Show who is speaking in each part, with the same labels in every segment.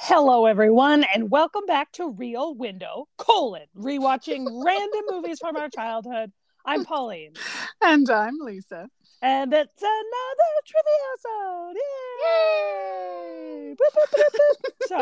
Speaker 1: Hello, everyone, and welcome back to Real Window, colon, rewatching random movies from our childhood. I'm Pauline,
Speaker 2: And I'm Lisa.
Speaker 1: and it's another trivia zone. Yay! Boop, boop, boop, boop. So,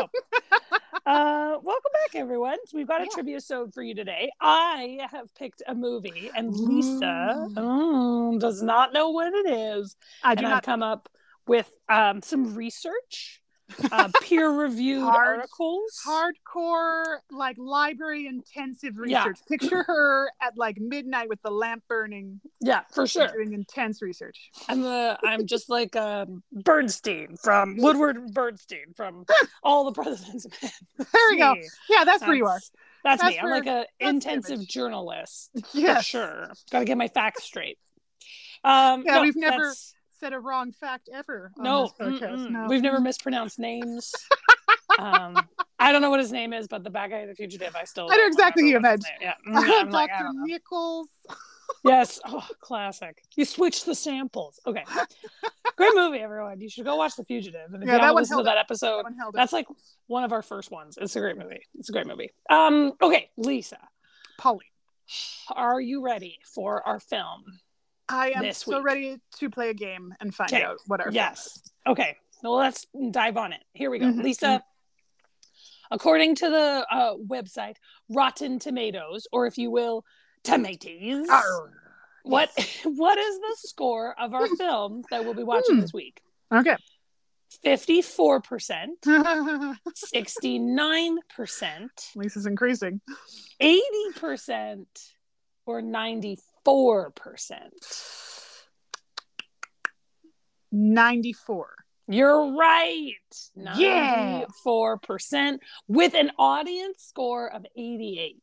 Speaker 1: uh, welcome back, everyone. We've got a
Speaker 2: Yeah.
Speaker 1: trivia zone for you today. I have picked a movie, and Lisa
Speaker 2: Ooh.
Speaker 1: mm, does not know what it is.
Speaker 2: I
Speaker 1: and
Speaker 2: do
Speaker 1: I've
Speaker 2: not.
Speaker 1: come up with um, some research, uh, peer-reviewed
Speaker 2: Hard-
Speaker 1: articles.
Speaker 2: Hardcore, like library intensive
Speaker 1: Yeah.
Speaker 2: research. Picture her at like midnight with the lamp burning,
Speaker 1: Yeah, for sure.
Speaker 2: doing intense research.
Speaker 1: I'm the I'm just like um, Bernstein from Woodward Bernstein from All the President's Men.
Speaker 2: There we go. Yeah, that's where you are.
Speaker 1: That's- That's, me.
Speaker 2: That's
Speaker 1: I'm
Speaker 2: where-
Speaker 1: like a
Speaker 2: the
Speaker 1: intensive
Speaker 2: image.
Speaker 1: journalist
Speaker 2: Yes.
Speaker 1: for sure. Got to get my facts straight. Um,
Speaker 2: Yeah,
Speaker 1: no,
Speaker 2: we've never-
Speaker 1: that's-
Speaker 2: Said a wrong fact ever. On
Speaker 1: no,
Speaker 2: this podcast.
Speaker 1: mm-mm.
Speaker 2: no.
Speaker 1: we've never mispronounced names. um, I don't know what his name is, but the bad guy in the fugitive, I still.
Speaker 2: I know
Speaker 1: don't
Speaker 2: exactly who you
Speaker 1: remember what his name- Yeah, Mm, I'm like, I
Speaker 2: Dr.
Speaker 1: don't know.
Speaker 2: Nichols.
Speaker 1: Yes. Oh, classic. You switch the samples. Okay. Great movie, everyone. You should go watch The Fugitive. And if
Speaker 2: Yeah,
Speaker 1: you
Speaker 2: that
Speaker 1: haven't
Speaker 2: one
Speaker 1: listened to
Speaker 2: held
Speaker 1: that episode,
Speaker 2: Someone held it.
Speaker 1: Oh, that's like one of our first ones. It's a great movie. It's a great movie. Um, okay, Lisa,
Speaker 2: Pauline.
Speaker 1: are you ready for our film?
Speaker 2: I am
Speaker 1: this
Speaker 2: so
Speaker 1: week.
Speaker 2: ready to play a game and find
Speaker 1: Okay.
Speaker 2: out what our
Speaker 1: yes. Okay. Well, let's dive on it. Here we go.
Speaker 2: Mhm.
Speaker 1: Lisa, according to the uh, website Rotten Tomatoes, or if you will, Tomatoes,
Speaker 2: fact is.
Speaker 1: what what is the score of our film that we'll be watching
Speaker 2: Hmm.
Speaker 1: this week?
Speaker 2: Okay.
Speaker 1: 54%, 69%,
Speaker 2: Lisa's increasing.
Speaker 1: 80%, or 94%.
Speaker 2: 94.
Speaker 1: You're right.
Speaker 2: Yeah.
Speaker 1: 94% with an audience score of 88.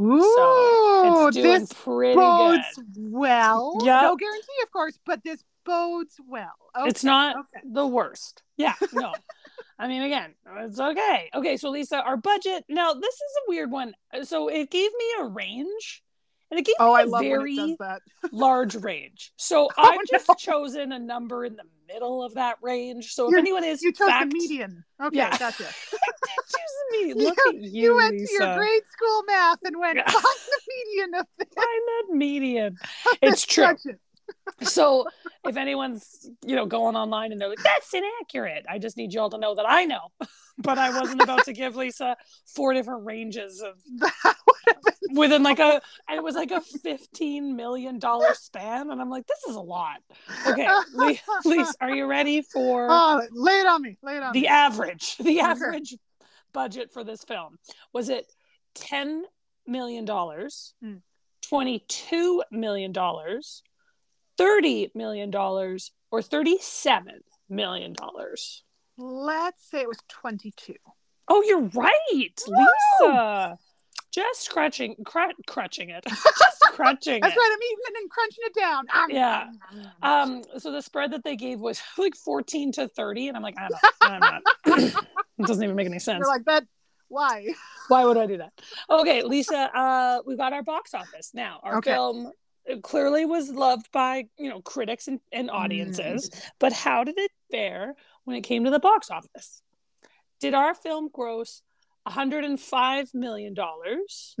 Speaker 2: Ooh,
Speaker 1: So it's doing
Speaker 2: Oh, this
Speaker 1: pretty
Speaker 2: bodes
Speaker 1: good.
Speaker 2: well.
Speaker 1: Yep.
Speaker 2: No guarantee, of course, but this bodes well. Okay.
Speaker 1: It's not
Speaker 2: okay.
Speaker 1: the worst. Yeah, no. I mean, again, it's okay. Okay, so Lisa, our budget. Now, this is a weird one. So it gave me a range, and it gave
Speaker 2: Oh,
Speaker 1: me
Speaker 2: I
Speaker 1: a
Speaker 2: love
Speaker 1: very
Speaker 2: when it does that.
Speaker 1: large range. So
Speaker 2: Oh,
Speaker 1: I've
Speaker 2: no.
Speaker 1: just chosen a number in the middle of that range. So if
Speaker 2: You're-
Speaker 1: anyone is
Speaker 2: You chose
Speaker 1: fact,
Speaker 2: the median. Okay,
Speaker 1: Yeah.
Speaker 2: gotcha.
Speaker 1: choose the median.
Speaker 2: You-
Speaker 1: Look at you,
Speaker 2: You went
Speaker 1: Lisa.
Speaker 2: to your grade school math and went,
Speaker 1: Yeah.
Speaker 2: yeah. the median of this.
Speaker 1: I'm at median. It's true.
Speaker 2: Gotcha.
Speaker 1: so if anyone's you know going online and they're like that's inaccurate, I just need you all to know that I know. But I wasn't about to give Lisa four different ranges of
Speaker 2: That
Speaker 1: within like a and it was like a 15 million dollar span and I'm like this is a lot. Okay, Le- Lisa, are you ready for
Speaker 2: Oh, lay it on me. Lay it on
Speaker 1: the
Speaker 2: me.
Speaker 1: average the
Speaker 2: Okay.
Speaker 1: average budget for this film was it 10 million dollars
Speaker 2: Hmm.
Speaker 1: 22 million dollars 30 million dollars or 37 million dollars
Speaker 2: Let's say it was 22.
Speaker 1: oh you're right lisa just crutching cr- crutching it just crutching
Speaker 2: That's
Speaker 1: it
Speaker 2: right. I'm eating it and crunching it down. Ah, mm, Om,
Speaker 1: Yeah.
Speaker 2: om, om, om.
Speaker 1: um so the spread that they gave was like 14 to 30 and i'm like i don't i'm not it doesn't even make any sense
Speaker 2: You're like, that. Why?
Speaker 1: Why would I do that? Okay, Lisa, uh, we got our box office now. Our
Speaker 2: Okay.
Speaker 1: film clearly was loved by you know critics and, and audiences,
Speaker 2: Mm.
Speaker 1: but how did it fare when it came to the box office? Did our film gross 105 million dollars,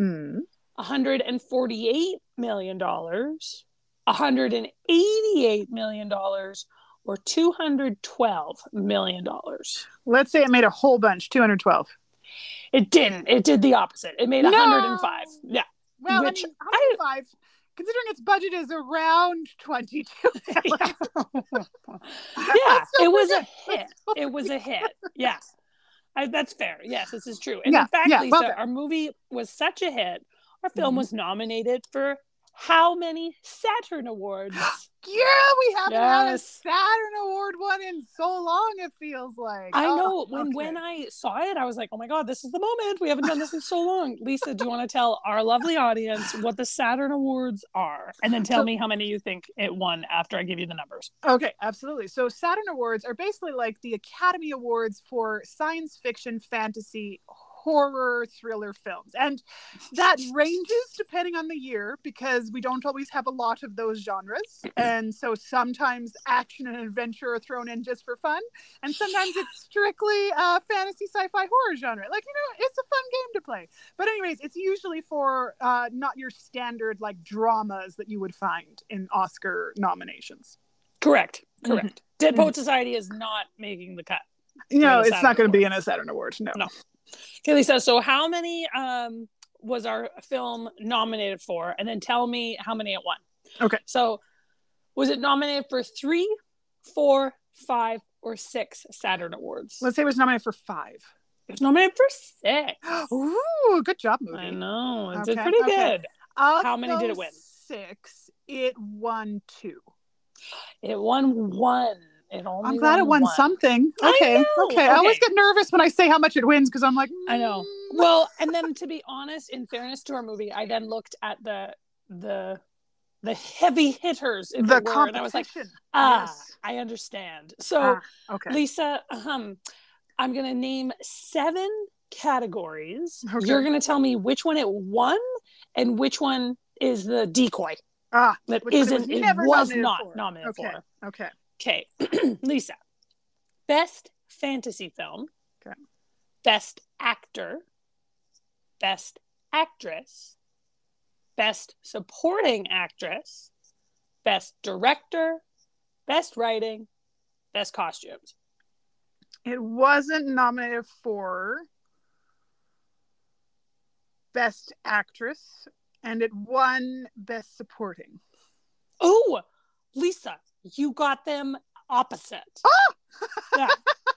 Speaker 1: 148 million dollars, 188 million dollars, or 212 million dollars?
Speaker 2: Let's say it made a whole bunch, 212.
Speaker 1: It didn't. It did the opposite. It made
Speaker 2: No.
Speaker 1: 105. Yeah.
Speaker 2: Well,
Speaker 1: Which
Speaker 2: I mean, 105, considering its budget is around 22.
Speaker 1: yeah,
Speaker 2: That's so
Speaker 1: it was a
Speaker 2: pretty-
Speaker 1: hit. It was a hit. Yeah, I, that's fair. Yes, this is true. And
Speaker 2: Yeah,
Speaker 1: in fact,
Speaker 2: yeah,
Speaker 1: Lisa,
Speaker 2: well done.
Speaker 1: our movie was such a hit. Our film
Speaker 2: Mhm.
Speaker 1: was nominated for how many Saturn Awards?
Speaker 2: Oh Yeah, we haven't had a
Speaker 1: Yes.
Speaker 2: Saturn Award one in so long, it feels like.
Speaker 1: I
Speaker 2: Oh,
Speaker 1: know. When when
Speaker 2: okay.
Speaker 1: I saw it, I was like, "Oh my god, this is the moment. We haven't done this in so long." Lisa, do you want to tell our lovely audience what the Saturn Awards are, and then tell
Speaker 2: So-
Speaker 1: me how many you think it won after I give you the numbers?
Speaker 2: Okay, absolutely. So, Saturn Awards are basically like the Academy Awards for science fiction, fantasy, horror thriller films. And that ranges depending on the year because we don't always have a lot of those genres. And so sometimes action and adventure are thrown in just for fun. And sometimes it's strictly uh, fantasy sci fi horror genre. Like, you know, it's a fun game to play. But, anyways, it's usually for uh, not your standard like dramas that you would find in Oscar nominations.
Speaker 1: Correct. Correct. Dead
Speaker 2: Mm-hmm.
Speaker 1: Poet Mm-hmm. Society is not making the cut.
Speaker 2: No,
Speaker 1: a
Speaker 2: it's
Speaker 1: Saturn
Speaker 2: not going to be
Speaker 1: Award.
Speaker 2: in a Saturn Award. No.
Speaker 1: No. Okay, Lisa. So, how many um, was our film nominated for? And then tell me how many it won.
Speaker 2: Okay.
Speaker 1: So, was it nominated for three, four, five, or six Saturn Awards?
Speaker 2: Let's say it was nominated for five.
Speaker 1: it was nominated for six.
Speaker 2: Ooh, good job, movie.
Speaker 1: I know. It did
Speaker 2: Okay,
Speaker 1: pretty
Speaker 2: okay.
Speaker 1: good.
Speaker 2: Of
Speaker 1: How many did it
Speaker 2: those
Speaker 1: win?
Speaker 2: Six. It won two.
Speaker 1: It won one. It only
Speaker 2: I'm glad it won
Speaker 1: one.
Speaker 2: something.
Speaker 1: I
Speaker 2: Okay,
Speaker 1: know,
Speaker 2: okay. I always
Speaker 1: okay.
Speaker 2: get nervous when I say how much it wins because I'm like,
Speaker 1: I know.
Speaker 2: mm,
Speaker 1: well and then to be honest in fairness to our movie i then looked at the the the heavy hitters if
Speaker 2: the
Speaker 1: it were, and i was like
Speaker 2: competition.
Speaker 1: ah
Speaker 2: Yes.
Speaker 1: i understand so
Speaker 2: Ah, okay.
Speaker 1: lisa um i'm gonna name seven categories
Speaker 2: Okay.
Speaker 1: you're gonna tell me which one it won and which one is the decoy
Speaker 2: ah,
Speaker 1: that
Speaker 2: Which one it was
Speaker 1: isn't it
Speaker 2: never
Speaker 1: was
Speaker 2: nominated
Speaker 1: not
Speaker 2: for.
Speaker 1: nominated
Speaker 2: Okay.
Speaker 1: for
Speaker 2: okay.
Speaker 1: Okay, Lisa. Best fantasy film.
Speaker 2: Okay.
Speaker 1: Best actor. Best actress. Best supporting actress. Best director. Best writing. Best costumes.
Speaker 2: It wasn't nominated for Best Actress, and it won Best Supporting.
Speaker 1: Oh, Lisa, you got them opposite.
Speaker 2: Ah!
Speaker 1: yeah.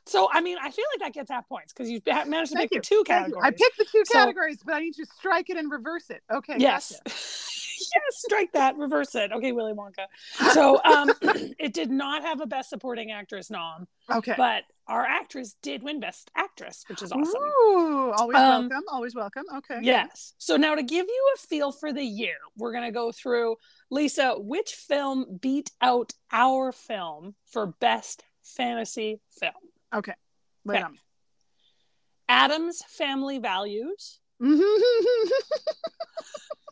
Speaker 1: So I mean, I feel like that gets half points because you ha- managed to
Speaker 2: Thank
Speaker 1: pick the
Speaker 2: you.
Speaker 1: two
Speaker 2: Thank you.
Speaker 1: categories.
Speaker 2: I picked the two
Speaker 1: So-
Speaker 2: categories, but I need you to strike it and reverse it. Okay.
Speaker 1: yes
Speaker 2: gotcha.
Speaker 1: yes strike that reverse it okay willy wonka so um it did not have a best supporting actress nom
Speaker 2: Okay.
Speaker 1: but our actress did win best actress which is awesome
Speaker 2: Ooh, always
Speaker 1: Um,
Speaker 2: welcome. Always welcome. Okay.
Speaker 1: yes so now to give you a feel for the year we're going to go through lisa which film beat out our film for best fantasy film
Speaker 2: Lay it
Speaker 1: Okay. adam's family values
Speaker 2: on.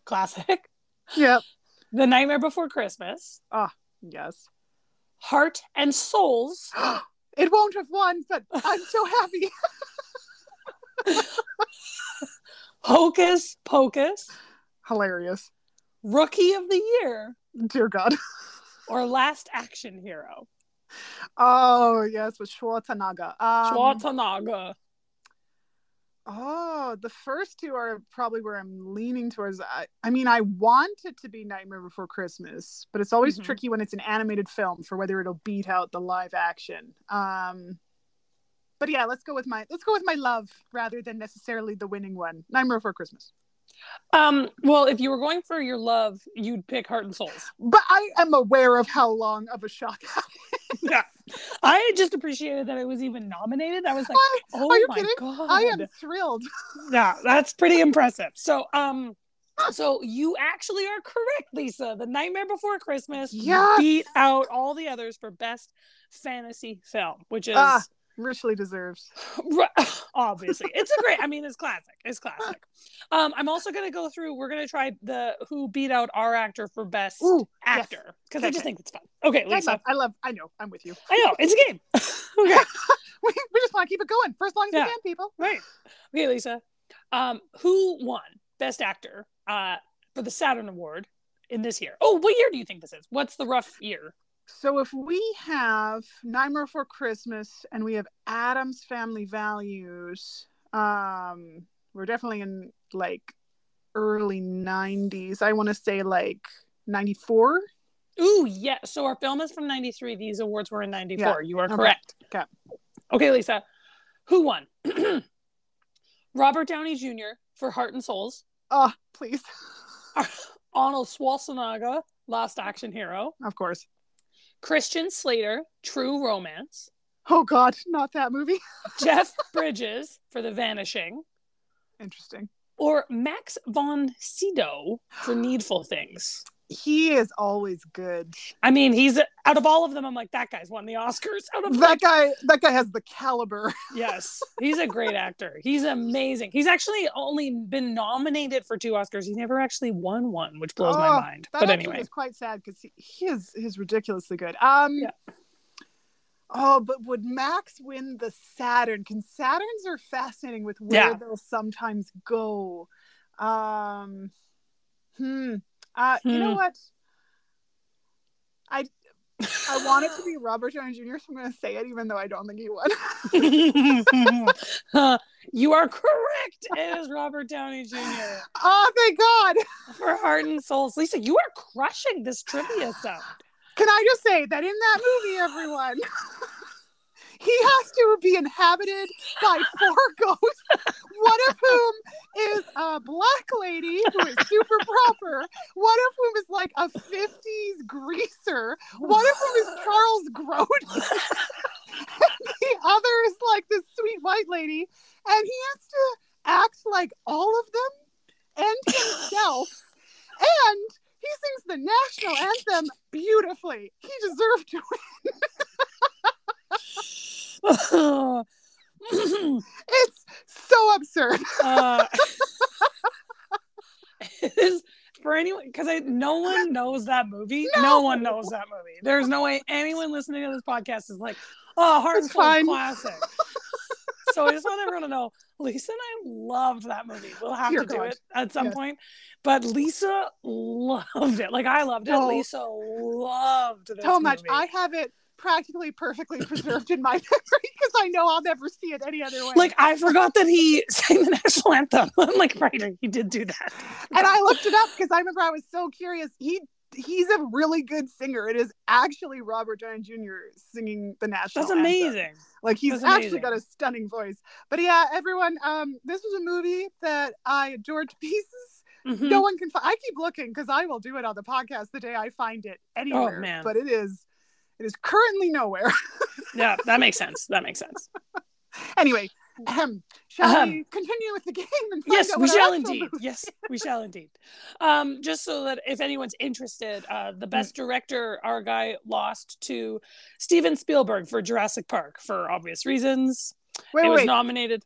Speaker 1: classic
Speaker 2: Mm-hmm. yep.
Speaker 1: the nightmare before christmas
Speaker 2: Yes.
Speaker 1: heart and souls
Speaker 2: It won't have won, but I'm so happy.
Speaker 1: hocus pocus
Speaker 2: Hilarious.
Speaker 1: rookie of the year
Speaker 2: Dear God.
Speaker 1: or last action hero
Speaker 2: Oh yes, with Schwarzenegger. Um,
Speaker 1: Schwarzenegger.
Speaker 2: Oh, the first two are probably where I'm leaning towards. I, I mean, I want it to be Nightmare Before Christmas, but it's always
Speaker 1: Mhm.
Speaker 2: tricky when it's an animated film for whether it'll beat out the live action. Um, but yeah, let's go with my let's go with my love rather than necessarily the winning one. Nightmare Before Christmas.
Speaker 1: um well if you were going for your love you'd pick heart and souls
Speaker 2: But I am aware of how long of a shock. that
Speaker 1: yeah i just appreciated that it was even nominated i was like
Speaker 2: was.
Speaker 1: oh
Speaker 2: you
Speaker 1: my
Speaker 2: kidding?
Speaker 1: god
Speaker 2: I am thrilled.
Speaker 1: yeah that's pretty impressive so um so you actually are correct lisa the nightmare before christmas
Speaker 2: Yes.
Speaker 1: beat out all the others for best fantasy film which is
Speaker 2: Ah. Richly deserves.
Speaker 1: Ru- obviously it's a great i mean it's classic it's classic um i'm also going to go through we're going to try the who beat out our actor for best
Speaker 2: Ooh, yes.
Speaker 1: actor because i
Speaker 2: Okay,
Speaker 1: just
Speaker 2: okay.
Speaker 1: think it's fun okay
Speaker 2: I love,
Speaker 1: lisa
Speaker 2: I love. I know. I'm with you.
Speaker 1: i know it's a game okay
Speaker 2: We, we just want to keep it going for as long as
Speaker 1: Yeah.
Speaker 2: we can, people.
Speaker 1: right okay lisa um who won best actor uh for the saturn award in this year oh what year do you think this is what's the rough year
Speaker 2: So if we have Nightmare Before Christmas and we have Adam's Family Values, um, we're definitely in like early '90s. I want to say like '94.
Speaker 1: Ooh, yeah. So our film is from 93. These awards were in 94. You are
Speaker 2: Okay.
Speaker 1: correct.
Speaker 2: Okay.
Speaker 1: Okay, Lisa. Who won? Robert Downey Jr. for Heart and Souls.
Speaker 2: Oh, please,
Speaker 1: Arnold Schwarzenegger, Last Action Hero.
Speaker 2: of course.
Speaker 1: Christian Slater, True Romance.
Speaker 2: Oh God, not that movie.
Speaker 1: Jeff Bridges for The Vanishing.
Speaker 2: Interesting.
Speaker 1: Or Max von Sydow for Needful Things.
Speaker 2: He is always good.
Speaker 1: I mean, he's out of all of them. I'm like, that guy's won the Oscars. Out of
Speaker 2: That guy, that guy has the caliber.
Speaker 1: yes, he's a great actor. He's amazing. He's actually only been nominated for two Oscars. He never actually won one, which blows my
Speaker 2: Oh,
Speaker 1: mind.
Speaker 2: That
Speaker 1: But
Speaker 2: actually
Speaker 1: anyway,
Speaker 2: is quite sad because he, he is he's ridiculously good. Um,
Speaker 1: Yeah.
Speaker 2: Oh, but would Max win the Saturn? Because Saturns are fascinating with where
Speaker 1: Yeah.
Speaker 2: they'll sometimes go. Um, hmm. Uh, You know
Speaker 1: Hmm.
Speaker 2: what? I I want it to be Robert Downey Jr. So I'm going to say it, even though I don't think he would.
Speaker 1: Uh, you are correct. It is Robert Downey Jr.
Speaker 2: oh, thank God!
Speaker 1: for Heart and Souls. Lisa, you are crushing this trivia sound.
Speaker 2: Can I just say that in that movie, everyone, he has to be inhabited by four ghosts, one of whom is a black lady who is super proper, one of whom is like a 50s greaser, one of whom is Charles Grodin, the other is like this sweet white lady, and he has to act like all of them and himself. And he sings the national anthem beautifully. He deserved to win. It's so absurd.
Speaker 1: uh, it is for anyone because no one knows that movie. No.
Speaker 2: No.
Speaker 1: one knows that movie. There's no way anyone listening to this podcast is like, oh, Heart and
Speaker 2: It's
Speaker 1: Soul
Speaker 2: fine.
Speaker 1: classic. so I just want everyone to know Lisa and I loved that movie. We'll have
Speaker 2: Dear
Speaker 1: to do
Speaker 2: God.
Speaker 1: it at some
Speaker 2: Yes.
Speaker 1: point. But Lisa loved it. Like I loved it.
Speaker 2: Oh.
Speaker 1: Lisa loved this
Speaker 2: So much.
Speaker 1: movie.
Speaker 2: I have it practically perfectly preserved in my memory because I know I'll never see it any other way.
Speaker 1: like I forgot that he sang the national anthem. I'm like, right, he did do that.
Speaker 2: and I looked it up because I remember I was so curious. He he's a really good singer. It is actually Robert Downey Jr. singing the national.
Speaker 1: That's
Speaker 2: anthem.
Speaker 1: amazing.
Speaker 2: Like he's
Speaker 1: That's
Speaker 2: actually
Speaker 1: amazing.
Speaker 2: got a stunning voice. But yeah, everyone, um, this was a movie that I adored to pieces.
Speaker 1: Mhm.
Speaker 2: no one can fi- i keep looking because i will do it on the podcast the day i find it anywhere
Speaker 1: Oh, man.
Speaker 2: but it is it is currently nowhere
Speaker 1: yeah, that makes sense. That makes sense.
Speaker 2: anyway ahem, shall we
Speaker 1: Ahem.
Speaker 2: continue with the game and find
Speaker 1: yes,
Speaker 2: out
Speaker 1: we
Speaker 2: what our
Speaker 1: shall
Speaker 2: actual
Speaker 1: indeed.
Speaker 2: movie-
Speaker 1: Yes, we shall indeed. Um, just so that if anyone's interested, uh,
Speaker 2: Mm.
Speaker 1: the best director our guy lost to Steven Spielberg for Jurassic Park for obvious reasons. it
Speaker 2: wait wait
Speaker 1: was
Speaker 2: wait.
Speaker 1: nominated.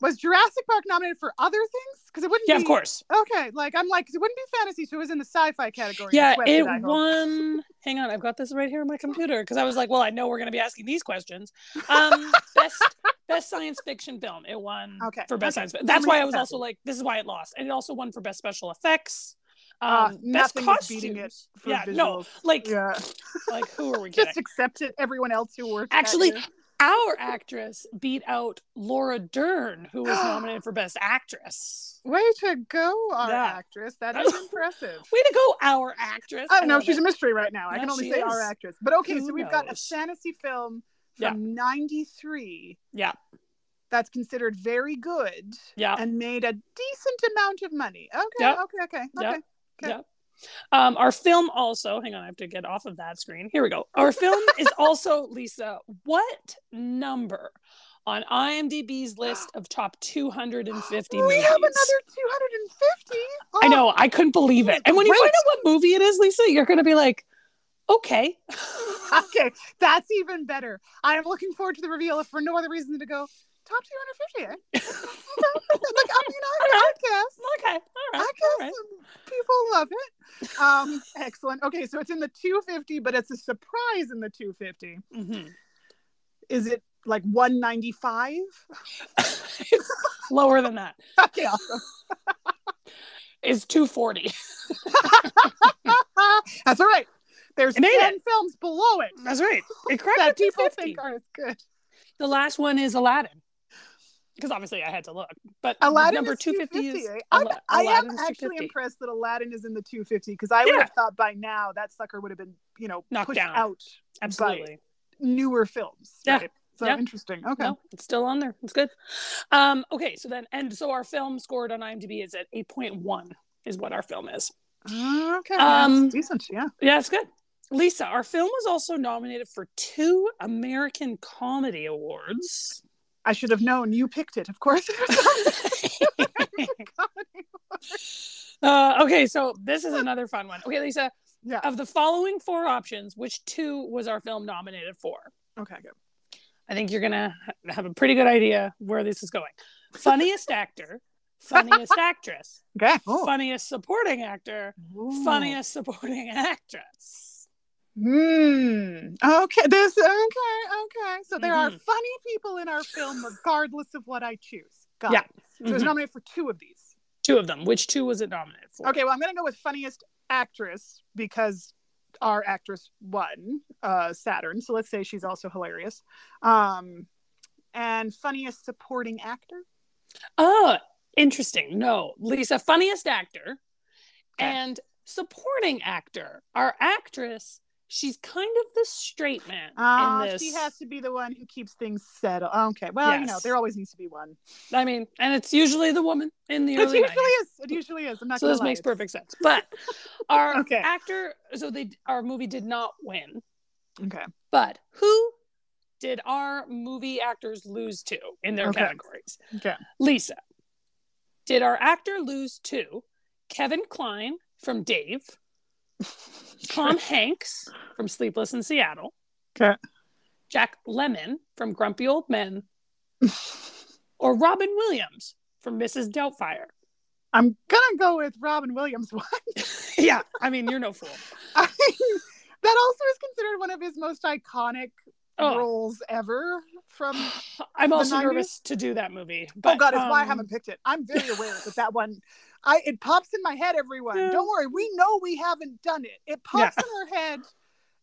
Speaker 2: was jurassic park nominated for other things because it wouldn't
Speaker 1: Yeah,
Speaker 2: be
Speaker 1: of course.
Speaker 2: okay like i'm like 'cause it wouldn't be fantasy so it was in the sci-fi category
Speaker 1: Yeah,
Speaker 2: It's
Speaker 1: it
Speaker 2: Wested, I hope.
Speaker 1: won. Hang on, I've got this right here on my computer because I was like, well, I know we're going to be asking these questions. Um, best best science fiction film. It won
Speaker 2: Okay,
Speaker 1: for best
Speaker 2: okay.
Speaker 1: science. fi- That's
Speaker 2: Somebody
Speaker 1: why I was
Speaker 2: said.
Speaker 1: also like, this is why it lost, and it also won for best special effects.
Speaker 2: Uh,
Speaker 1: Um, best
Speaker 2: nothing is beating it
Speaker 1: costumes.
Speaker 2: For
Speaker 1: Yeah, no,
Speaker 2: visuals.
Speaker 1: like
Speaker 2: yeah
Speaker 1: like who are we kidding?
Speaker 2: just accept it everyone else who worked that
Speaker 1: Actually,
Speaker 2: year.
Speaker 1: Our actress beat out Laura Dern, who was nominated for best actress.
Speaker 2: way to go our
Speaker 1: Yeah.
Speaker 2: actress that is impressive
Speaker 1: Way to go, our actress.
Speaker 2: I don't know.
Speaker 1: love
Speaker 2: Oh, She's
Speaker 1: it.
Speaker 2: a mystery right now. I
Speaker 1: No,
Speaker 2: can only
Speaker 1: she
Speaker 2: say our
Speaker 1: is.
Speaker 2: actress. But okay,
Speaker 1: Who
Speaker 2: so we've got a
Speaker 1: knows?
Speaker 2: fantasy film
Speaker 1: Yeah.
Speaker 2: from '93
Speaker 1: yeah,
Speaker 2: that's considered very good
Speaker 1: yeah.
Speaker 2: and made a decent amount of money. Okay,
Speaker 1: Yep.
Speaker 2: okay, okay,
Speaker 1: Yep.
Speaker 2: okay. Okay.
Speaker 1: Yep. Um, our film also, hang on, I have to get off of that screen. Here we go. Our film is also, Lisa, what number on IMDb's list of top 250
Speaker 2: we
Speaker 1: movies?
Speaker 2: have another 250. Oh,
Speaker 1: I know, I couldn't believe it. And when you
Speaker 2: Great.
Speaker 1: find out what movie it is, Lisa, you're going to be like, okay.
Speaker 2: Oh, Okay, that's even better. I am looking forward to the reveal, if for no other reason than to go top 250. eh?" like I mean, I, I guess.
Speaker 1: okay, all
Speaker 2: I
Speaker 1: right.
Speaker 2: guess
Speaker 1: Alright.
Speaker 2: um, people love it. Um, excellent. Okay, so it's in the 250, but it's a surprise in the 250.
Speaker 1: Mhm.
Speaker 2: Is it like 195?
Speaker 1: it's lower than that.
Speaker 2: Okay, awesome.
Speaker 1: It's 240.
Speaker 2: Ah, That's all right. There's
Speaker 1: It made
Speaker 2: 10 films below it
Speaker 1: That's right. It cracked
Speaker 2: that
Speaker 1: the
Speaker 2: people
Speaker 1: 250.
Speaker 2: think are as good.
Speaker 1: The last one is Aladdin. Because obviously I had to look. But
Speaker 2: Aladdin
Speaker 1: number
Speaker 2: is
Speaker 1: 250
Speaker 2: 250.
Speaker 1: is
Speaker 2: eh? I'm,
Speaker 1: Ala-
Speaker 2: I am
Speaker 1: Aladdin's
Speaker 2: actually
Speaker 1: 250.
Speaker 2: impressed that Aladdin is in the 250 because I would
Speaker 1: Yeah.
Speaker 2: have thought by now that sucker would have been, you know,
Speaker 1: Knocked
Speaker 2: pushed
Speaker 1: down.
Speaker 2: out
Speaker 1: Absolutely.
Speaker 2: newer films.
Speaker 1: Yeah.
Speaker 2: right? So
Speaker 1: Yeah.
Speaker 2: interesting. Okay.
Speaker 1: No, it's still on there. It's good. Um, okay, so then and so our film scored on IMDb is at 8.1 is what our film is.
Speaker 2: Okay.
Speaker 1: Um,
Speaker 2: that's decent. Yeah.
Speaker 1: Yeah, it's good. Lisa, our film was also nominated for two American Comedy Awards.
Speaker 2: I should have known you picked it, of course.
Speaker 1: Uh, okay, so this is another fun one. Okay, Lisa,
Speaker 2: Yeah.
Speaker 1: of the following four options, which two was our film nominated for?
Speaker 2: Okay, good.
Speaker 1: I think you're gonna ha- have a pretty good idea where this is going. Funniest actor, funniest actress,
Speaker 2: Okay.
Speaker 1: funniest supporting actor, funniest supporting actress.
Speaker 2: Hmm. Okay. This. Okay. Okay. So there are
Speaker 1: Mhm.
Speaker 2: funny people in our film, regardless of what I choose. Got
Speaker 1: Yeah.
Speaker 2: it. So it's
Speaker 1: Mhm.
Speaker 2: nominated for two of these.
Speaker 1: Two of them. Which two was it nominated for?
Speaker 2: Okay. Well, I'm gonna go with funniest actress because our actress won uh, Saturn. So let's say she's also hilarious. Um, and funniest supporting actor.
Speaker 1: Oh, interesting. No, Lisa, funniest actor
Speaker 2: Okay.
Speaker 1: and supporting actor. Our actress, she's kind of the straight man
Speaker 2: Ah,
Speaker 1: in this.
Speaker 2: she has to be the one who keeps things settled. Okay. Well, you know,
Speaker 1: Yes.
Speaker 2: there always needs to be one.
Speaker 1: I mean, and it's usually the woman in the
Speaker 2: It
Speaker 1: early
Speaker 2: usually
Speaker 1: 90s.
Speaker 2: is. It usually is. I'm not
Speaker 1: so
Speaker 2: gonna
Speaker 1: this
Speaker 2: lie.
Speaker 1: makes perfect sense. But our
Speaker 2: Okay.
Speaker 1: actor, so they our movie did not win.
Speaker 2: Okay.
Speaker 1: But who did our movie actors lose to in their
Speaker 2: Okay.
Speaker 1: categories?
Speaker 2: Okay.
Speaker 1: Lisa, did our actor lose to Kevin Klein from Dave, Tom Hanks from Sleepless in Seattle,
Speaker 2: Okay.
Speaker 1: Jack Lemon from Grumpy Old Men, or Robin Williams from Mrs. Doubtfire?
Speaker 2: I'm gonna go with Robin Williams one.
Speaker 1: yeah, I mean, you're no fool.
Speaker 2: that also is considered one of his most iconic
Speaker 1: Oh,
Speaker 2: roles ever. From
Speaker 1: I'm
Speaker 2: the
Speaker 1: also
Speaker 2: 90s?
Speaker 1: nervous to do that movie. But,
Speaker 2: oh god, it's why I
Speaker 1: um,
Speaker 2: haven't picked it. I'm very aware that that one, I it pops in my head. Everyone,
Speaker 1: Yeah.
Speaker 2: don't worry, we know we haven't done it. It pops in our head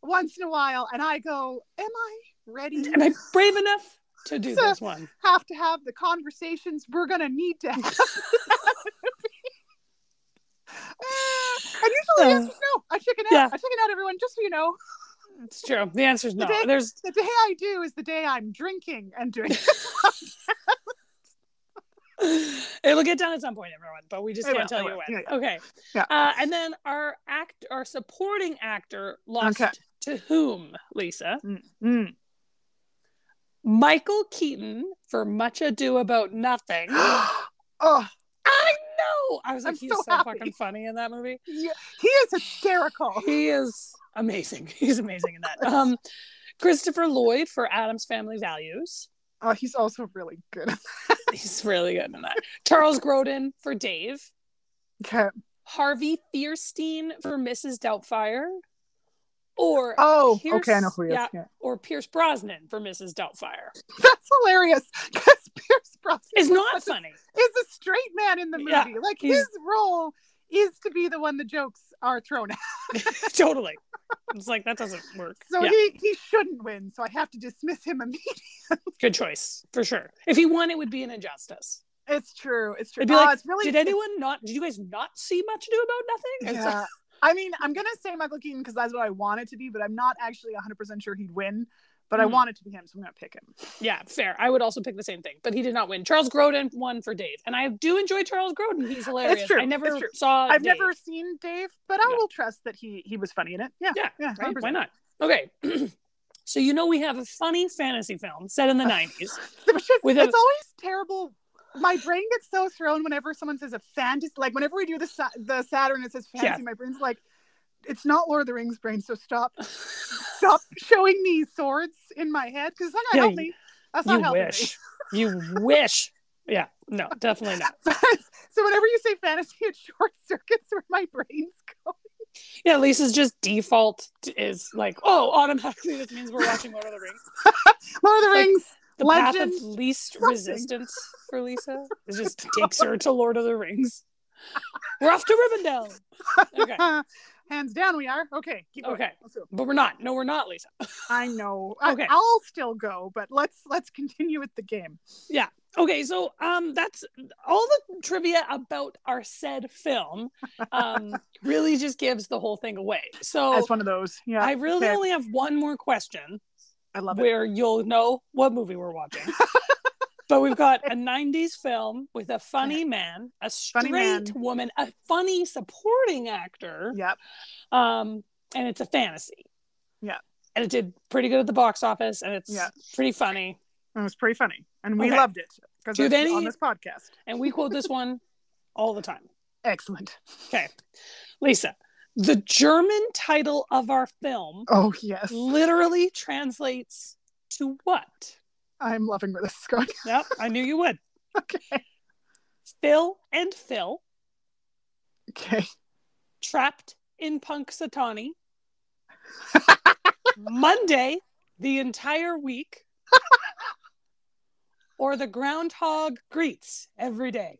Speaker 2: once in a while, and I go, "Am I ready?
Speaker 1: Am I brave enough to do
Speaker 2: So-
Speaker 1: this one?
Speaker 2: Have to have the conversations we're gonna need to have." Uh, and usually the answer is no. I chicken out.
Speaker 1: Yeah.
Speaker 2: I chicken out, everyone. Just so you know,
Speaker 1: It's true. The answer is no.
Speaker 2: day-
Speaker 1: There's
Speaker 2: the day I do is the day I'm drinking and doing.
Speaker 1: It'll get done at some point, everyone, but we just
Speaker 2: It
Speaker 1: can't
Speaker 2: will,
Speaker 1: tell you
Speaker 2: it will.
Speaker 1: when.
Speaker 2: Yeah, yeah.
Speaker 1: Okay.
Speaker 2: Yeah.
Speaker 1: Uh, and then our act, our supporting actor lost
Speaker 2: Okay.
Speaker 1: to whom, Lisa?
Speaker 2: Mm.
Speaker 1: Michael Keaton for Much Ado About Nothing. I
Speaker 2: oh,
Speaker 1: know. I was
Speaker 2: I'm
Speaker 1: like, he's
Speaker 2: so
Speaker 1: so,
Speaker 2: happy. Oh.
Speaker 1: fucking funny in that movie.
Speaker 2: he, he is hysterical.
Speaker 1: He is amazing. He's amazing in that. Um, Christopher Lloyd for Adam's Family Values.
Speaker 2: Oh, he's also really good.
Speaker 1: He's really good in that. Charles Grodin for Dave.
Speaker 2: Okay.
Speaker 1: Harvey Fierstein for Mrs. Doubtfire, or
Speaker 2: Oh,
Speaker 1: Pierce-
Speaker 2: okay. I know who he is.
Speaker 1: yeah.
Speaker 2: yeah.
Speaker 1: or Pierce Brosnan for Mrs. Doubtfire.
Speaker 2: That's hilarious because Pierce Brosnan
Speaker 1: It's not
Speaker 2: is,
Speaker 1: funny.
Speaker 2: is a straight man in the movie.
Speaker 1: Yeah,
Speaker 2: like
Speaker 1: he's-
Speaker 2: his role is to be the one the jokes are thrown at.
Speaker 1: totally. It's like that doesn't work.
Speaker 2: So
Speaker 1: yeah,
Speaker 2: he, he shouldn't win. So I have to dismiss him immediately.
Speaker 1: good choice for sure. If he won, it would be an injustice.
Speaker 2: It's true. It's true.
Speaker 1: It'd be
Speaker 2: Oh,
Speaker 1: like,
Speaker 2: it's really
Speaker 1: Did
Speaker 2: it's-
Speaker 1: anyone not? Did you guys not see much ado about nothing? It's-
Speaker 2: Yeah. I mean, I'm gonna say Michael Keaton because that's what I want it to be, but I'm not actually 100 percent sure he'd win. But I
Speaker 1: Mhm.
Speaker 2: want it to be him, so I'm gonna pick him.
Speaker 1: yeah, fair. I would also pick the same thing, but he did not win. Charles Grodin won for Dave, and I do enjoy Charles Grodin. He's hilarious.
Speaker 2: true,
Speaker 1: I never
Speaker 2: it's true.
Speaker 1: saw.
Speaker 2: I've
Speaker 1: Uh, Dave.
Speaker 2: never seen Dave, but I
Speaker 1: Yeah.
Speaker 2: will trust that he he was funny in it. Yeah,
Speaker 1: Yeah,
Speaker 2: yeah.
Speaker 1: right?
Speaker 2: 100%.
Speaker 1: Why not? Okay. so you know we have a funny fantasy film set in the 90s.
Speaker 2: It was just-
Speaker 1: With a-
Speaker 2: it's always terrible. My brain gets so thrown whenever someone says a fantasy. Like whenever we do the Sa- the Saturn, it says
Speaker 1: Yeah.
Speaker 2: fantasy. My brain's like, it's not Lord of the Rings brain. So stop, stop showing me swords in my head because that's not
Speaker 1: Yeah,
Speaker 2: healthy. That's not
Speaker 1: you
Speaker 2: healthy.
Speaker 1: wish. you wish. Yeah. No, definitely not.
Speaker 2: so whenever you say fantasy, it short circuits where my brains go.
Speaker 1: Yeah, Lisa's just default is like, oh, automatically this means we're watching Lord of the Rings.
Speaker 2: Lord of the
Speaker 1: Like,
Speaker 2: Rings.
Speaker 1: The path
Speaker 2: Legend,
Speaker 1: of least
Speaker 2: something.
Speaker 1: resistance for Lisa is just takes her to Lord of the Rings. We're off to Rivendell. Okay.
Speaker 2: uh, Hands down, we are. Okay, keep going.
Speaker 1: Okay.
Speaker 2: Let's go.
Speaker 1: But we're not. No, we're not, Lisa.
Speaker 2: I know. I-
Speaker 1: Okay.
Speaker 2: I'll still go, but let's let's continue with the game.
Speaker 1: Okay, so um, that's all the trivia about our said film. Um, really just gives the whole thing away. So
Speaker 2: As one of those. Yeah,
Speaker 1: I
Speaker 2: I,
Speaker 1: really
Speaker 2: okay.
Speaker 1: only have one more question
Speaker 2: love it.
Speaker 1: where you'll know what movie we're watching. but we've got a 90s film with a funny man, a straight
Speaker 2: Funny man.
Speaker 1: woman, a funny supporting actor,
Speaker 2: Yep.
Speaker 1: um, and it's a fantasy.
Speaker 2: Yeah.
Speaker 1: And it did pretty good at the box office, and it's
Speaker 2: Yeah.
Speaker 1: pretty funny.
Speaker 2: It was pretty funny, and we
Speaker 1: Okay.
Speaker 2: loved it because
Speaker 1: Do you
Speaker 2: it's
Speaker 1: have any-
Speaker 2: on this podcast.
Speaker 1: And we quote this one all the time.
Speaker 2: Excellent.
Speaker 1: Okay. Lisa, the German title of our film
Speaker 2: Oh, yes.
Speaker 1: literally translates to what?
Speaker 2: I'm loving where this, is going.
Speaker 1: Yep, I knew you would.
Speaker 2: Okay.
Speaker 1: Phil and Phil,
Speaker 2: Okay.
Speaker 1: trapped in Punxsutawney. Monday, the entire week. or the groundhog greets every day.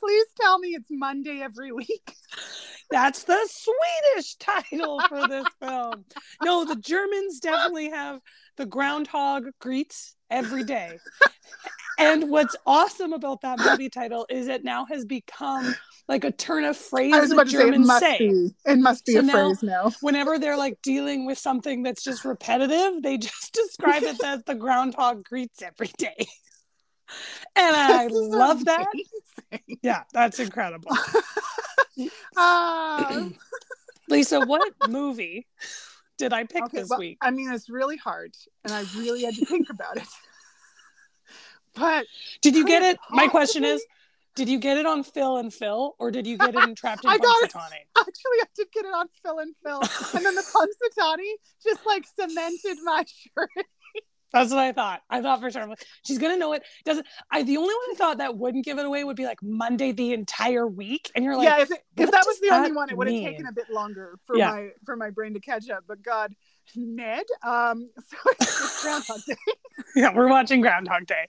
Speaker 2: Please tell me it's Monday every week.
Speaker 1: That's the Swedish title for this film. No, the Germans definitely have the groundhog greets every day. And what's awesome about that movie title is it now has become like a turn of phrase
Speaker 2: I was
Speaker 1: that
Speaker 2: about to say it
Speaker 1: Germans
Speaker 2: must
Speaker 1: say.
Speaker 2: be. It must be
Speaker 1: So
Speaker 2: a
Speaker 1: now-
Speaker 2: phrase now.
Speaker 1: Whenever they're like dealing with something that's just repetitive, they just describe it as the groundhog greets every day. And I
Speaker 2: This is
Speaker 1: love that.
Speaker 2: amazing.
Speaker 1: Yeah, that's incredible.
Speaker 2: Ah,
Speaker 1: Lisa, what movie did I pick
Speaker 2: okay,
Speaker 1: this
Speaker 2: well,
Speaker 1: week?
Speaker 2: I mean, it's really hard, and I really had to think about it. But
Speaker 1: Did you
Speaker 2: Could
Speaker 1: get
Speaker 2: it
Speaker 1: it? My question is,
Speaker 2: possibly-
Speaker 1: did you get it on Phil and Phil, or did you get it in Trapped in
Speaker 2: I got it.
Speaker 1: Punxsutawney?
Speaker 2: actually, I did get it on Phil and Phil, and then the Punxsutawney just like cemented my shirt.
Speaker 1: That's what I thought. I thought for sure I'm like, she's gonna know it. Doesn't I? The only one I thought that wouldn't give it away would be like Monday the entire week, and you're like,
Speaker 2: yeah, if, it, if
Speaker 1: what
Speaker 2: that was
Speaker 1: does
Speaker 2: the only
Speaker 1: that
Speaker 2: one, it would have
Speaker 1: mean?
Speaker 2: taken a bit longer for
Speaker 1: Yeah.
Speaker 2: my for my brain to catch up. But God, Ned, um, so it's just Groundhog Day.
Speaker 1: yeah, we're watching Groundhog Day.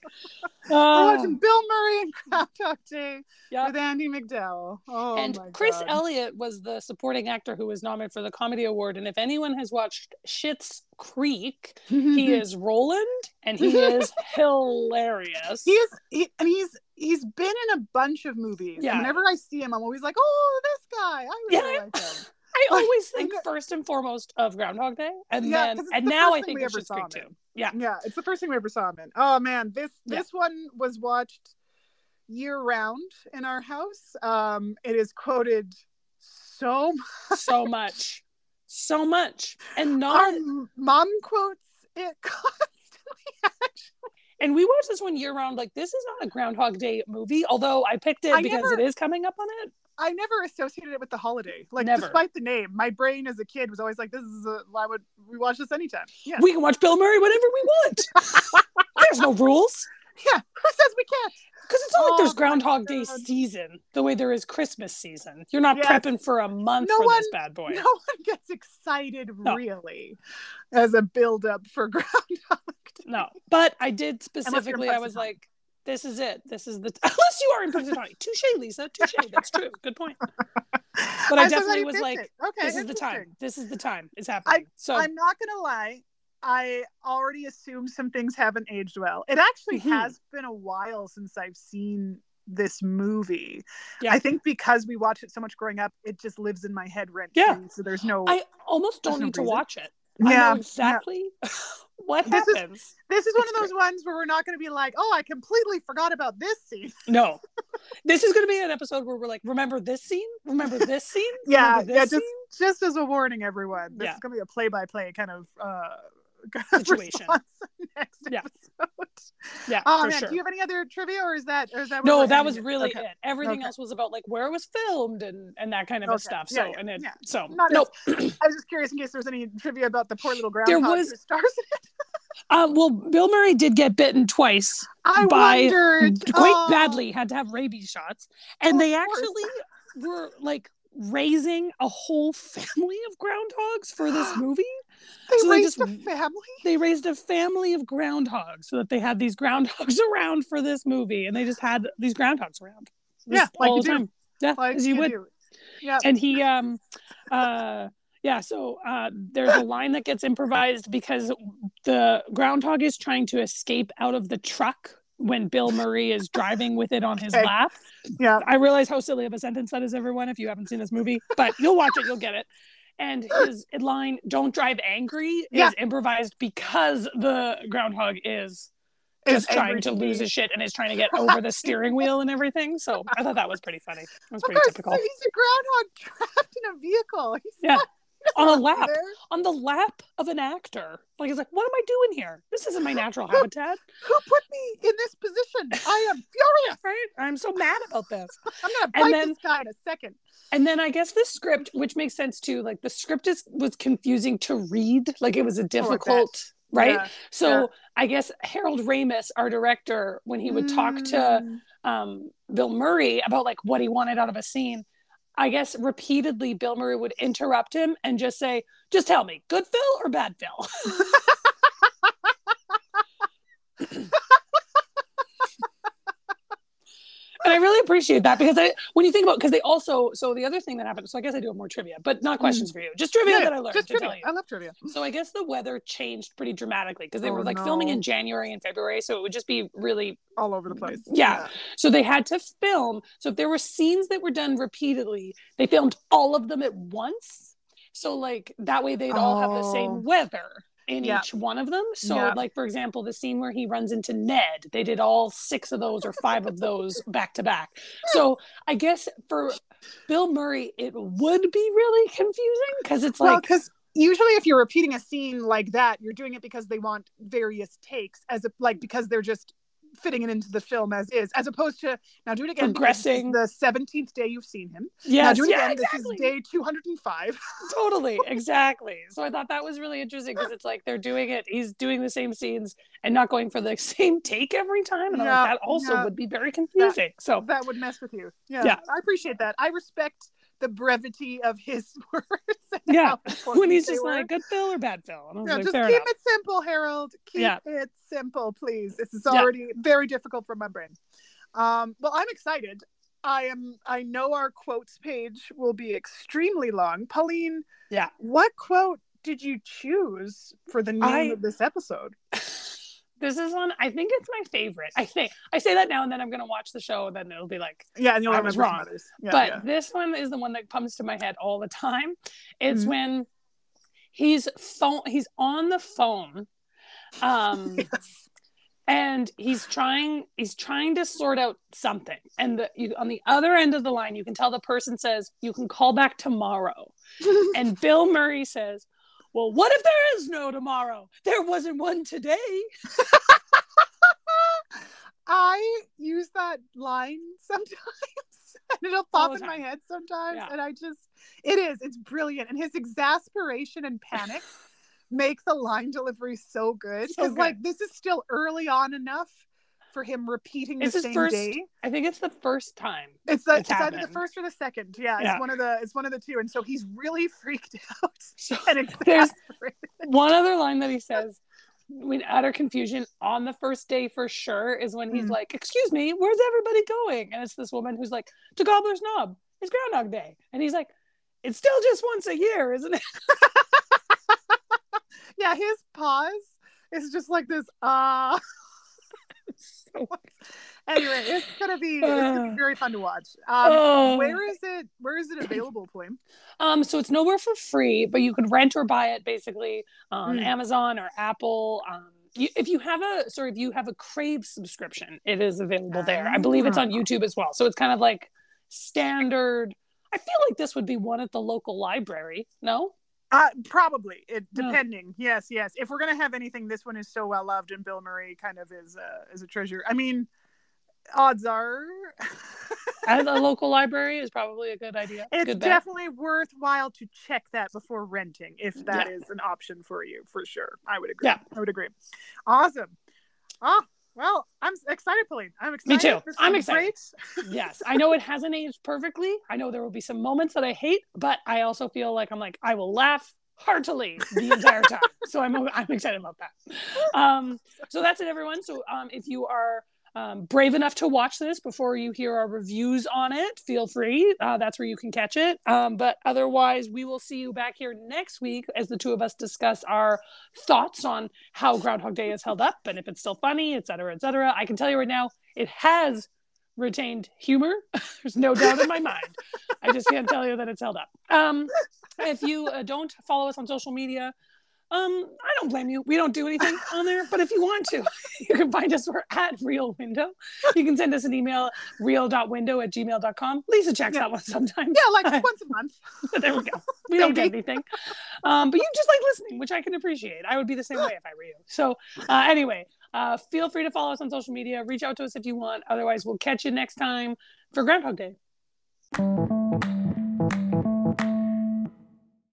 Speaker 2: We're
Speaker 1: Oh,
Speaker 2: watching Bill Murray and Groundhog Day
Speaker 1: yeah.
Speaker 2: with Andy McDowell. Oh,
Speaker 1: and
Speaker 2: my
Speaker 1: Chris
Speaker 2: God.
Speaker 1: Elliott was the supporting actor who was nominated for the Comedy Award. And if anyone has watched Schitt's Creek, he
Speaker 2: Mm-hmm.
Speaker 1: is Roland, and he is hilarious.
Speaker 2: He is, he, and he's he's been in a bunch of movies. And
Speaker 1: Yeah.
Speaker 2: whenever I see him, I'm always like, oh, this guy. I really
Speaker 1: Yeah.
Speaker 2: like him.
Speaker 1: I
Speaker 2: Like,
Speaker 1: always think
Speaker 2: and-
Speaker 1: first and foremost of Groundhog Day, and
Speaker 2: Yeah, 'cause
Speaker 1: then
Speaker 2: it's
Speaker 1: and
Speaker 2: the
Speaker 1: now
Speaker 2: first
Speaker 1: I
Speaker 2: thing
Speaker 1: think
Speaker 2: we
Speaker 1: of
Speaker 2: ever
Speaker 1: Schitt's
Speaker 2: saw
Speaker 1: Creek
Speaker 2: him
Speaker 1: too. Yeah,
Speaker 2: Yeah, it's the first thing we ever saw him in. Oh man, this
Speaker 1: Yeah.
Speaker 2: this one was watched year round in our house. Um, it is quoted so much.
Speaker 1: so much, so much, and
Speaker 2: Our
Speaker 1: not.
Speaker 2: um, mom quotes it constantly.
Speaker 1: and we watch this one year round. Like this is not a Groundhog Day movie, although I picked it
Speaker 2: I
Speaker 1: because
Speaker 2: never-
Speaker 1: it is coming up on it.
Speaker 2: I never associated it with the holiday. Like
Speaker 1: Never.
Speaker 2: despite the name, my brain as a kid was always like, "This is a I would we watch this anytime." Yeah,
Speaker 1: We can watch Bill Murray whenever we want. there's no rules
Speaker 2: yeah. Who says we can't?
Speaker 1: because it's not like
Speaker 2: Oh,
Speaker 1: there's
Speaker 2: my
Speaker 1: Groundhog Day
Speaker 2: God.
Speaker 1: season the way there is Christmas season. You're not
Speaker 2: Yes.
Speaker 1: prepping for a month
Speaker 2: No
Speaker 1: for
Speaker 2: one-
Speaker 1: this bad boy.
Speaker 2: No one gets excited
Speaker 1: Oh, No.
Speaker 2: really as a build up for Groundhog Day.
Speaker 1: No, but I did
Speaker 2: in
Speaker 1: specifically. I was
Speaker 2: Punxsutawney.
Speaker 1: like, "This is it. This is the." Unless you are in Punxsutawney, touche, Lisa. Touche. That's true. Good point. But I
Speaker 2: I'm so glad
Speaker 1: definitely
Speaker 2: you
Speaker 1: was
Speaker 2: picked
Speaker 1: like,
Speaker 2: it. okay,
Speaker 1: this is the time.
Speaker 2: interesting.
Speaker 1: This is the time. It's happening. so
Speaker 2: I'm not gonna lie. I already assume some things haven't aged well. It actually
Speaker 1: Mhm.
Speaker 2: has been a while since I've seen this movie.
Speaker 1: Yeah.
Speaker 2: I think because we watched it so much growing up, it just lives in my head rent free.
Speaker 1: Yeah.
Speaker 2: So there's no.
Speaker 1: I almost don't
Speaker 2: There's no
Speaker 1: need to
Speaker 2: reason.
Speaker 1: watch it. I
Speaker 2: yeah.
Speaker 1: know exactly what
Speaker 2: This is-
Speaker 1: happens.
Speaker 2: This is one
Speaker 1: It's
Speaker 2: of those ones where we're not going to be like, oh, I completely forgot about this scene.
Speaker 1: No, this is going to be an episode where we're like, remember this scene? Remember this scene?
Speaker 2: Yeah,
Speaker 1: Remember
Speaker 2: yeah,
Speaker 1: this
Speaker 2: just- Just as a warning, everyone, this
Speaker 1: Yeah.
Speaker 2: is going to be a play by play kind of. Uh, kind of
Speaker 1: Situation.
Speaker 2: response Next
Speaker 1: Yeah.
Speaker 2: episode.
Speaker 1: scene? Yeah,
Speaker 2: Oh
Speaker 1: for
Speaker 2: man,
Speaker 1: sure.
Speaker 2: do you have any other trivia, or is that or is that? what
Speaker 1: no,
Speaker 2: we're
Speaker 1: that
Speaker 2: ending
Speaker 1: was
Speaker 2: it?
Speaker 1: really
Speaker 2: Okay.
Speaker 1: it. Everything
Speaker 2: Okay.
Speaker 1: else was about like where it was filmed and and that kind of a
Speaker 2: Okay.
Speaker 1: stuff.
Speaker 2: Yeah,
Speaker 1: so
Speaker 2: yeah,
Speaker 1: and it
Speaker 2: yeah.
Speaker 1: so
Speaker 2: Not
Speaker 1: no,
Speaker 2: I was just curious in case there was any trivia about the poor little
Speaker 1: There
Speaker 2: groundhog
Speaker 1: was-
Speaker 2: who stars in it.
Speaker 1: Um, well, Bill Murray did get bitten twice,
Speaker 2: I
Speaker 1: By-
Speaker 2: wondered
Speaker 1: quite
Speaker 2: Oh,
Speaker 1: badly, had to have rabies shots, and
Speaker 2: Of
Speaker 1: they
Speaker 2: course.
Speaker 1: actually were like raising a whole family of groundhogs for this movie.
Speaker 2: They
Speaker 1: So they
Speaker 2: raised
Speaker 1: just-
Speaker 2: a family.
Speaker 1: They raised a family of groundhogs so that they had these groundhogs around for this movie, and they just had these groundhogs around. This-
Speaker 2: Yeah, like
Speaker 1: all
Speaker 2: you
Speaker 1: the
Speaker 2: do.
Speaker 1: time. Yeah,
Speaker 2: Like
Speaker 1: as you, would.
Speaker 2: do. Yeah.
Speaker 1: and he um uh yeah so uh there's a line that gets improvised because the groundhog is trying to escape out of the truck when bill murray is driving with it on his
Speaker 2: Okay.
Speaker 1: lap
Speaker 2: Yeah.
Speaker 1: i realize how silly of a sentence that is everyone if you haven't seen this movie but you'll watch it you'll get it and his line don't drive angry
Speaker 2: Yeah.
Speaker 1: is improvised because the groundhog is
Speaker 2: It's
Speaker 1: just trying
Speaker 2: angry
Speaker 1: to lose
Speaker 2: me.
Speaker 1: his shit and is trying to get over the steering wheel and everything so i thought that was pretty funny it was
Speaker 2: Of
Speaker 1: pretty
Speaker 2: course, so
Speaker 1: typical
Speaker 2: he's a groundhog trapped in a vehicle. He's
Speaker 1: Yeah.
Speaker 2: not
Speaker 1: on a lap
Speaker 2: There.
Speaker 1: on the lap of an actor. Like it's like, what am I doing here? This isn't my natural habitat,
Speaker 2: Who put me in this position? I am furious.
Speaker 1: right? I'm so mad about this.
Speaker 2: I'm gonna
Speaker 1: And
Speaker 2: bite
Speaker 1: then-
Speaker 2: this guy in a second.
Speaker 1: And then I guess the script, which makes sense too, like the script is was confusing to read. Like it was a difficult, right?
Speaker 2: Oh, Yeah.
Speaker 1: So
Speaker 2: yeah.
Speaker 1: I guess Harold Ramis, our director, when he would talk to
Speaker 2: Mm.
Speaker 1: um, Bill Murray about like what he wanted out of a scene, I guess repeatedly Bill Murray would interrupt him and just say, "Just tell me, good Phil or bad Phil?" and I really appreciate that because I, when you think about, because they also, so the other thing that happened, so I guess I do have more trivia, but not questions for you, just trivia
Speaker 2: Mm-hmm. Yeah,
Speaker 1: that I learned
Speaker 2: Just
Speaker 1: to
Speaker 2: trivia.
Speaker 1: tell you.
Speaker 2: I love trivia.
Speaker 1: So I guess the weather changed pretty dramatically because they
Speaker 2: Oh,
Speaker 1: were like filming
Speaker 2: no.
Speaker 1: in January and February, so it would just be really
Speaker 2: All over the place.
Speaker 1: Yeah. so they had to film. So if there were scenes that were done repeatedly, they filmed all of them at once. So like that way they'd all have the
Speaker 2: Oh.
Speaker 1: same weather in
Speaker 2: Yeah.
Speaker 1: each one of them. So
Speaker 2: Yeah.
Speaker 1: like for example, the scene where he runs into Ned, they did all six of those or five of those back to back. So I guess for Bill Murray, it would be really confusing because it's
Speaker 2: Well,
Speaker 1: like
Speaker 2: because usually if you're repeating a scene like that, you're doing it because they want various takes, as a, like because they're just fitting it into the film as is, as opposed to now do it again. because this is
Speaker 1: Progressing.
Speaker 2: the seventeenth day you've seen him. now
Speaker 1: yes,
Speaker 2: do it
Speaker 1: yeah,
Speaker 2: again.
Speaker 1: exactly.
Speaker 2: This is day two hundred and five.
Speaker 1: totally exactly so i thought that was really interesting because it's like they're doing it he's doing the same scenes and not going for the same take every time and I'm
Speaker 2: Yeah,
Speaker 1: like, that also
Speaker 2: yeah.
Speaker 1: would be very confusing so
Speaker 2: That would mess with you. Yeah,
Speaker 1: Oh. Yeah.
Speaker 2: I appreciate that. I respect the brevity of his words. and
Speaker 1: Yeah.
Speaker 2: how important
Speaker 1: when he's
Speaker 2: they
Speaker 1: just
Speaker 2: were.
Speaker 1: like good phil or bad phil and i was
Speaker 2: Yeah,
Speaker 1: like
Speaker 2: just
Speaker 1: fair
Speaker 2: keep
Speaker 1: enough
Speaker 2: it simple, Harold. Keep
Speaker 1: Yeah.
Speaker 2: it simple, please. This is
Speaker 1: Yeah.
Speaker 2: already very difficult for my brain. Um, well, I'm excited. I am. I know our quotes page will be extremely long. Pauline,
Speaker 1: Yeah.
Speaker 2: What quote did you choose for the name
Speaker 1: I-
Speaker 2: of this episode?
Speaker 1: this is one i think it's my favorite i think i say that now and then i'm gonna watch the show and then it'll be like
Speaker 2: Yeah, and you'll
Speaker 1: I was
Speaker 2: remember some
Speaker 1: wrong.
Speaker 2: others. Yeah,
Speaker 1: but
Speaker 2: yeah.
Speaker 1: this one is the one that comes to my head all the time. It's
Speaker 2: Mhm.
Speaker 1: when he's phone he's on the phone. Um and he's trying he's trying to sort out something. And the you on the other end of the line you can tell the person says you can call back tomorrow. and Bill Murray says, "Well, what if there is no tomorrow? There wasn't one today."
Speaker 2: I use that line sometimes and it'll
Speaker 1: All
Speaker 2: pop
Speaker 1: the
Speaker 2: in my
Speaker 1: time.
Speaker 2: head sometimes.
Speaker 1: Yeah.
Speaker 2: And I just, it is, it's brilliant. And his exasperation and panic make the line delivery so good.
Speaker 1: So
Speaker 2: Because,
Speaker 1: good.
Speaker 2: like, this is still early on enough for him repeating the
Speaker 1: It's his
Speaker 2: same
Speaker 1: first-
Speaker 2: day.
Speaker 1: I think it's the first time.
Speaker 2: It's, the,
Speaker 1: It's
Speaker 2: it's, either the
Speaker 1: happened.
Speaker 2: first or the second. Yeah,
Speaker 1: Yeah.
Speaker 2: It's one of the, it's one of the two. And so he's really freaked out
Speaker 1: So
Speaker 2: and
Speaker 1: There's-
Speaker 2: exasperated.
Speaker 1: one other line that he says when utter confusion on the first day for sure is when he's
Speaker 2: Mm.
Speaker 1: like, Excuse me, where's everybody going? And it's this woman who's like, To Gobbler's Knob, it's Groundhog Day. And he's like, It's still just once a year, isn't it?
Speaker 2: Yeah, his pause is just like this, ah.
Speaker 1: So-
Speaker 2: anyway, it's gonna be it's gonna
Speaker 1: Uh.
Speaker 2: be very fun to watch. Um,
Speaker 1: oh.
Speaker 2: where is it? Where is it available, Plim?
Speaker 1: Um, so it's nowhere for free, but you could rent or buy it basically on
Speaker 2: Mm.
Speaker 1: Amazon or Apple. Um, you, if you have a sorry, if you have a Crave subscription, it is available there. I believe it's on YouTube as well. So it's kind of like standard. I feel like this would be one at the local library. No,
Speaker 2: Uh, probably it
Speaker 1: No.
Speaker 2: depending. Yes, yes. If we're gonna have anything, this one is so well loved, and Bill Murray kind of is uh, is a treasure. I mean, odds are
Speaker 1: at the local library is probably a good idea.
Speaker 2: it's
Speaker 1: good bet.
Speaker 2: definitely worthwhile to check that before renting, if that is an option for you, for sure. I would agree.
Speaker 1: Yeah.
Speaker 2: I would agree. Awesome. Oh well, I'm excited, Pauline. I'm
Speaker 1: Me
Speaker 2: excited.
Speaker 1: too.
Speaker 2: for
Speaker 1: I'm
Speaker 2: some
Speaker 1: excited.
Speaker 2: great-
Speaker 1: yes, I know it hasn't aged perfectly. I know there will be some moments that I hate, but I also feel like I'm like I will laugh heartily the entire time. so I'm I'm excited about that. Um, so that's it, everyone. So um, if you are um, brave enough to watch this before you hear our reviews on it, feel free. Uh, that's where you can catch it. Um, but otherwise, we will see you back here next week as the two of us discuss our thoughts on how Groundhog Day is held up and if it's still funny, et cetera, et cetera. I can tell you right now, it has retained humor. There's no doubt in my mind. I just can't tell you that it's held up. Um, if you uh, don't follow us on social media, Um, I don't blame you. We don't do anything on there, but if you want to, you can find us. We're at Real Window. You can send us an email, real.window at gmail.com. Lisa checks
Speaker 2: Yeah.
Speaker 1: that one sometimes.
Speaker 2: Yeah, like once a month.
Speaker 1: there we go. We don't get
Speaker 2: Maybe.
Speaker 1: anything. Um, but you just like listening, which I can appreciate. I would be the same way if I were you. So, uh, anyway, uh, feel free to follow us on social media. Reach out to us if you want. Otherwise, we'll catch you next time for Groundhog Day.